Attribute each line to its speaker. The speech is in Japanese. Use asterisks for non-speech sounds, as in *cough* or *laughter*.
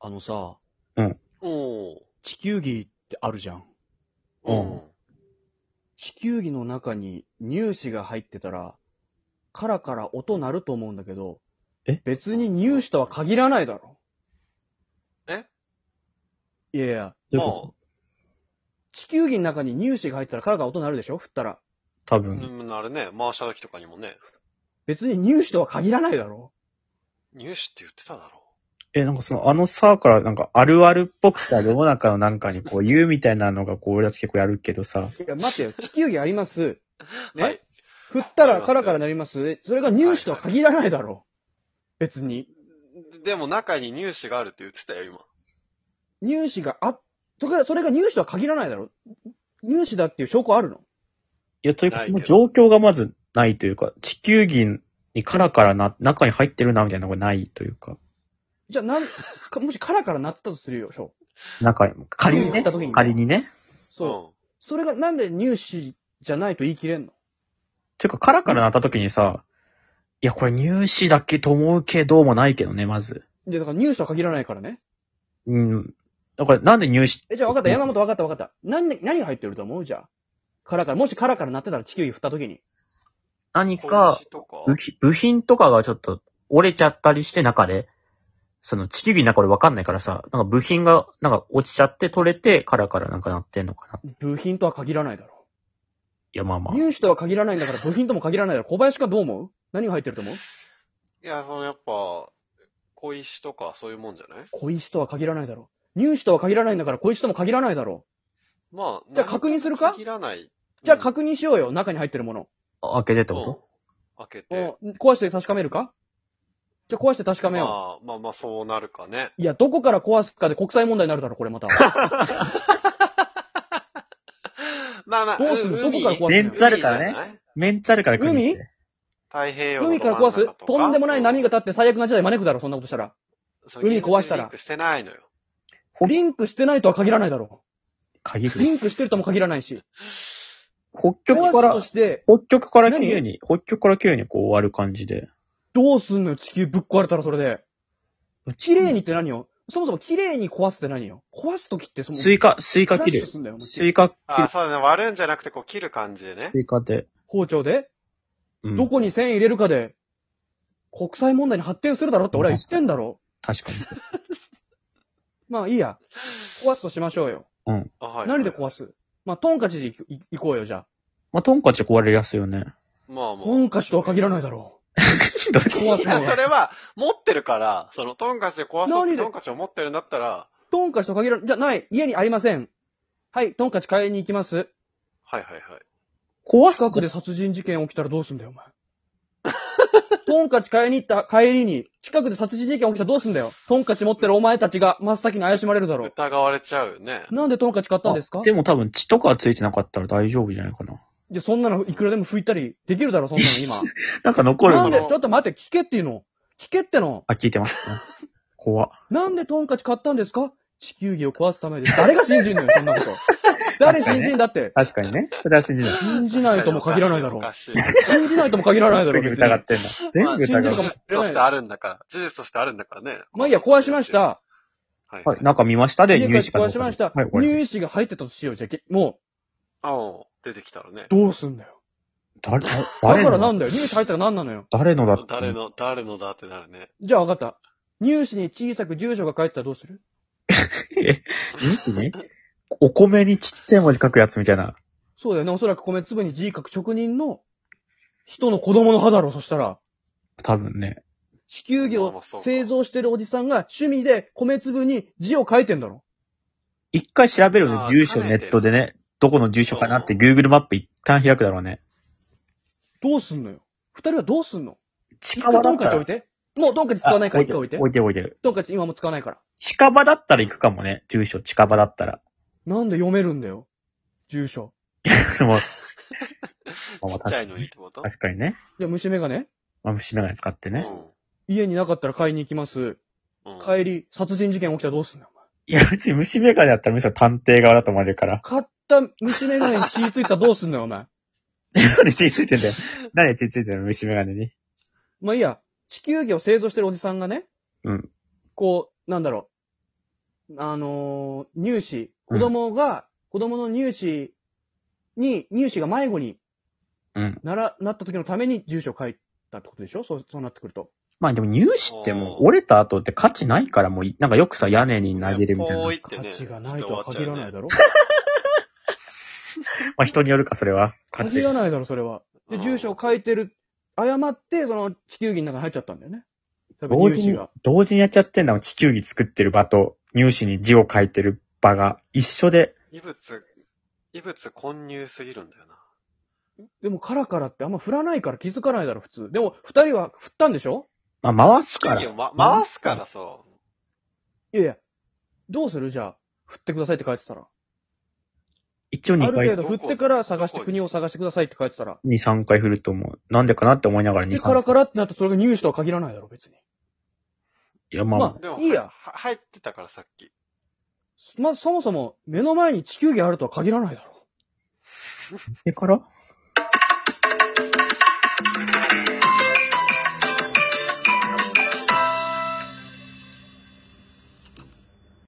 Speaker 1: あのさ、
Speaker 2: おー。
Speaker 1: 地球儀ってあるじゃん。
Speaker 2: うん。
Speaker 1: 地球儀の中に乳歯が入ってたら、カラカラ音鳴ると思うんだけど、
Speaker 3: え
Speaker 1: 別に乳歯とは限らないだろ。
Speaker 2: え
Speaker 1: いやいや、
Speaker 3: どういう
Speaker 2: ま
Speaker 3: こ
Speaker 1: 地球儀の中に乳歯が入ってたらカラカラ音鳴るでしょ振ったら。
Speaker 3: と多
Speaker 2: あ、
Speaker 3: 分。
Speaker 2: うん、あれね、回した時とかにもね、
Speaker 1: 別に乳歯とは限らないだろ。
Speaker 2: 入試って言ってただろ
Speaker 3: え、なんかその、あのさから、なんか、あるあるっぽくさ、世の中のなんかにこう言うみたいなのが、こう、俺たち結構やるけどさ。
Speaker 1: いや、 *laughs* 待ってよ。地球儀あります。
Speaker 2: う。
Speaker 1: ね
Speaker 2: はい。
Speaker 1: 振ったらカラカラ鳴ります。えそれが乳歯とは限らないだろ。別に。
Speaker 2: でも中に入試があるって言ってたよ、今。
Speaker 1: 乳歯があ、それが、それが乳歯とは限らないだろ。乳歯だっていう証拠あるの
Speaker 3: いや、という
Speaker 2: な
Speaker 3: か、
Speaker 2: い
Speaker 3: そ
Speaker 2: けど
Speaker 3: の状況がまずないというか、地球儀にカラカラな、中に入ってるな、みたいなのがないというか、
Speaker 1: じゃあ、なん、かもしカラカラ鳴ってたとするよ、しょ。
Speaker 3: 中に、仮に
Speaker 1: 入っ
Speaker 3: ね
Speaker 1: た、時に。
Speaker 3: 仮にね。
Speaker 1: そう。それがなんで乳歯じゃないと言い切れんの
Speaker 3: というか、カラカラなった時にさ、いや、これ入試だけと思うけどもないけどね、まず。
Speaker 1: で、だから乳歯は限らないからね。
Speaker 3: うん。だから、なんで入試、
Speaker 1: え、じゃあ分かった、
Speaker 3: うん
Speaker 1: 山本分かった分かった。何、何が入ってると思うじゃあ。カラカラ、もしカラカラ鳴ってたら地球儀振った時に。
Speaker 3: 何
Speaker 2: うん。
Speaker 3: か、
Speaker 2: 小石とか
Speaker 3: 部品部品とかがちょっと折れちゃったりして中で、その地球儀の中俺わかんないからさ、なんか部品がなんか落ちちゃって取れてカラカラなんかなってんのかな。い
Speaker 1: 部品とは限らないだろ。
Speaker 3: やまあまあ。
Speaker 1: 乳歯とは限らないんだから部品とも限らないだろ。小林君はどう思う何が入ってると思う
Speaker 2: いや、そのやっぱ、小石とかそういうもんじゃない
Speaker 1: 小石とは限らないだろ。乳歯とは限らないんだから小石とも限らないだろ。
Speaker 2: まあ、
Speaker 1: じゃあ確認するか
Speaker 2: 切らない。
Speaker 1: じゃあ
Speaker 2: うん
Speaker 1: 確認しようよ、中に入ってるもの。
Speaker 3: あ開けてってこ
Speaker 2: うん開けて。
Speaker 1: うん壊して確かめるかじゃあ壊して確かめよう。
Speaker 2: まあ、まあまあ、そうなるかね。
Speaker 1: いや、どこから壊すかで国際問題になるだろ、これまた。
Speaker 2: まあまあ、
Speaker 1: どうするど
Speaker 2: ん
Speaker 1: こから壊すの
Speaker 2: 海
Speaker 3: レンズあるからね
Speaker 2: 海じゃない
Speaker 3: とメンタルから来る
Speaker 1: 海
Speaker 3: って
Speaker 2: 太平洋の
Speaker 1: 海から壊
Speaker 2: 真
Speaker 1: す
Speaker 2: 中か
Speaker 1: とんでもない波が立って最悪な事態招くだろ、そんなことしたら。
Speaker 2: それ
Speaker 1: 海壊したら
Speaker 2: リンクしてないのよ。
Speaker 1: リンクしてないとは限らないだろ。
Speaker 3: 限る。
Speaker 1: リンクしてるとも限らないし。
Speaker 3: 北
Speaker 1: 壊
Speaker 3: 極か
Speaker 1: す
Speaker 3: ら
Speaker 1: と、して、
Speaker 3: 北極から
Speaker 1: 何
Speaker 3: 急に、北極から急にこう終わる感じで。
Speaker 1: どうすんのよ、地球ぶっ壊れたらそれで。綺麗にって何よそもそも綺麗に壊すって何よ壊すときってその、
Speaker 3: スイカ、スイ
Speaker 1: ク
Speaker 3: カ
Speaker 1: ラ
Speaker 3: 切
Speaker 1: ッシュ
Speaker 3: る。
Speaker 1: すんだよ、もう
Speaker 3: スイカ切
Speaker 2: あ
Speaker 3: る
Speaker 2: あ、。そうだね。割るんじゃなくて、こう、切る感じでね
Speaker 3: ス。イカで。
Speaker 1: 包丁で、
Speaker 3: うん
Speaker 1: どこに線入れるかで、国際問題に発展するだろって俺は言ってんだろ。
Speaker 3: 確かに。
Speaker 1: まあいいや。壊すとしましょうよ。
Speaker 2: あ、はい。
Speaker 1: 何で壊すまあ、トンカチで行行こうよ、じゃ
Speaker 3: まあ、トンカチ壊れやすい
Speaker 1: *laughs*
Speaker 3: よね。
Speaker 2: まあ
Speaker 1: あ。
Speaker 2: まあ。
Speaker 1: トンカチとは限らないだろ
Speaker 3: ど
Speaker 1: う。壊す
Speaker 2: い
Speaker 1: の
Speaker 2: や、 *laughs* そ
Speaker 1: は。
Speaker 2: れは、持ってるから、その、トンカチで壊そうっ
Speaker 1: 何
Speaker 2: て、
Speaker 1: で
Speaker 2: トンカチを持ってるんだったら、
Speaker 1: トンカチと限らない。じゃあ、ない。家にありません。はい、トンカチ買いに行きます。
Speaker 2: はいはいはい。
Speaker 3: 壊す
Speaker 1: 近くで殺人事件起きたらどうすんだよ、お
Speaker 2: *laughs*
Speaker 1: 前。トンカチ買いに行った帰りに、近くで殺人事件起きたらどうすんだよ。トンカチ持ってるお前たちが真っ先に怪しまれるだろう。
Speaker 2: 疑われちゃうよね。
Speaker 1: なんでトンカチ買ったんですか
Speaker 3: *laughs* あでも多分血とかついてなかったら大丈夫じゃないかな。
Speaker 1: じゃ、そんなのいくらでも拭いたりできるだろ、そんなの
Speaker 2: *laughs*
Speaker 1: 今。
Speaker 3: なんか残る
Speaker 1: な
Speaker 3: の
Speaker 1: んで、ちょっと待って、聞けっていうの。聞けっての。
Speaker 3: あ、聞いてます、ね。
Speaker 1: *laughs*
Speaker 3: 怖っ。
Speaker 1: なんでトンカチ買ったんですか地球儀を壊すためです。誰が信じんのよ、そんなこと。誰信じんだって。
Speaker 3: 確かにね。それは信じない。
Speaker 1: 信じないとも限らないだろ
Speaker 2: お
Speaker 1: う。
Speaker 2: かしい。
Speaker 1: 信じないとも限らないだろう。
Speaker 3: 全部
Speaker 1: 別に
Speaker 3: 疑ってんだ。
Speaker 2: ま
Speaker 3: 全
Speaker 2: あ
Speaker 3: 部
Speaker 1: 信 *laughs* じ
Speaker 3: 疑
Speaker 1: る
Speaker 3: う
Speaker 1: か。
Speaker 2: 事
Speaker 1: も
Speaker 2: 実としてあるんだから。事実としてあるんだからね。
Speaker 1: まあいいや、壊しまし。た。
Speaker 2: はい。
Speaker 3: はい、中見ましたで、
Speaker 1: 家帰
Speaker 3: 入
Speaker 1: って
Speaker 3: 試かどう
Speaker 1: 壊
Speaker 3: か
Speaker 1: しました
Speaker 3: はい、。終わり。
Speaker 1: 乳歯が入ってたとしよう、じゃあけ、も
Speaker 2: あお出てきたらね
Speaker 1: う、。どうすんだよ。
Speaker 3: 誰、だ
Speaker 1: だ
Speaker 3: 誰
Speaker 1: からな
Speaker 3: の
Speaker 1: んだよ。乳歯入ったら何なのよ。
Speaker 3: 誰のだった
Speaker 2: 誰の、誰のだってなるね。
Speaker 1: じゃあ分かった。乳歯に小さく住所が書いてたらどうする
Speaker 3: え、入試にお米にちっちゃい文字書くやつみたいな。
Speaker 1: そうだよね。おそらく米粒に字書く職人の人の子供の歯だろう、そしたら。
Speaker 3: 多分ね。
Speaker 1: 地球儀
Speaker 2: まあま
Speaker 1: を
Speaker 2: あそうか
Speaker 1: 製造してるおじさんが趣味で米粒に字を書いてんだろ。
Speaker 3: 一回調べる
Speaker 2: あ
Speaker 3: の
Speaker 2: ー
Speaker 3: 住所ネットでね、どこの住所かなって Google マップ一旦開くだろうね。
Speaker 1: どうすんのよ。二人はどうすんの一
Speaker 3: 近
Speaker 1: 回
Speaker 3: 場だ
Speaker 1: トン
Speaker 3: った
Speaker 1: カチ置
Speaker 3: ら。
Speaker 1: いて。もうトンカチ使わないから一回置いて
Speaker 3: あ。置いてる置いてる。
Speaker 1: トンカチ今も使わないから。
Speaker 3: 近場だったら行くかもね。住所近場だったら。 *laughs*
Speaker 1: なんで読めるんだよ。住所。
Speaker 3: でもまあ
Speaker 2: ち
Speaker 3: ま
Speaker 2: っ
Speaker 3: あ
Speaker 2: ちゃいのにってこと
Speaker 3: 確かにね。
Speaker 1: じゃあ虫眼鏡
Speaker 3: まあ、虫眼鏡使ってね。
Speaker 1: 家になかったら買いに行きます。
Speaker 2: うん。うん
Speaker 1: 帰り、殺人事件起きたらどうすんのよ。
Speaker 3: いや、うち虫眼鏡だったらむしろ探偵側だと思われる *laughs* から。
Speaker 1: 買った虫眼鏡に血ついたらどうすんのよ、お前。
Speaker 3: なんで血ついてんだよ。なんで血ついてんの虫眼鏡に。
Speaker 1: まあいいや、地球儀を製造してるおじさんがね、
Speaker 3: うん。
Speaker 1: こう、なんだろあのー入試、
Speaker 3: う
Speaker 1: 子
Speaker 3: ん
Speaker 1: 供が、子供の入試に、入試が迷子に
Speaker 3: うん。
Speaker 1: なら、なった時のために住所を書いたってことでしょそう、そうなってくると。
Speaker 3: まあでも入試ってもう折れた後って価値ないからもうい、なんかよくさ屋根に投げるみたいな。
Speaker 2: こういって
Speaker 1: 価
Speaker 2: ね。
Speaker 1: 値がないとは限らないだろ
Speaker 3: まあ人によるか、それは。価
Speaker 1: 限
Speaker 3: 値
Speaker 1: らないだろ、それは。で、住所を書いてる、誤って、その、地球儀の中に入っちゃったんだよね。多分
Speaker 3: 同
Speaker 1: 入
Speaker 3: 時
Speaker 1: 試
Speaker 3: に
Speaker 1: が。、
Speaker 3: 同時にやっちゃってんだもん。地球儀作ってる場と、入試に字を書いてる場が一緒で、
Speaker 2: 異物、異物混入すぎるんだよな。
Speaker 1: でも、カラカラってあんま振らないから気づかないだろ、普通。でも、二人は振ったんでしょ
Speaker 3: まあ回すか
Speaker 2: 地球儀を
Speaker 3: ら。
Speaker 2: ま、回すからそう。
Speaker 1: いやいや。どうするじゃあ、振ってくださいって書いてたら。
Speaker 3: 一応
Speaker 1: あ
Speaker 3: 2
Speaker 1: る程
Speaker 3: 回、
Speaker 1: 度
Speaker 2: ど
Speaker 1: 振
Speaker 2: こ
Speaker 1: ってから探して、
Speaker 2: どこ
Speaker 1: 国を探してくださいって書いてたら。
Speaker 3: 2、3回振ると思う。なんでかなって思いながら2、
Speaker 1: で、
Speaker 3: 3
Speaker 1: カラカラってなってそれが入試とは限らないだろ、別に。
Speaker 3: いや、まあ、
Speaker 1: ま
Speaker 2: でも、
Speaker 1: いいや
Speaker 2: は入ってたからさっき。
Speaker 1: まず、そもそも、目の前に地球儀あるとは限らないだろ。
Speaker 3: でから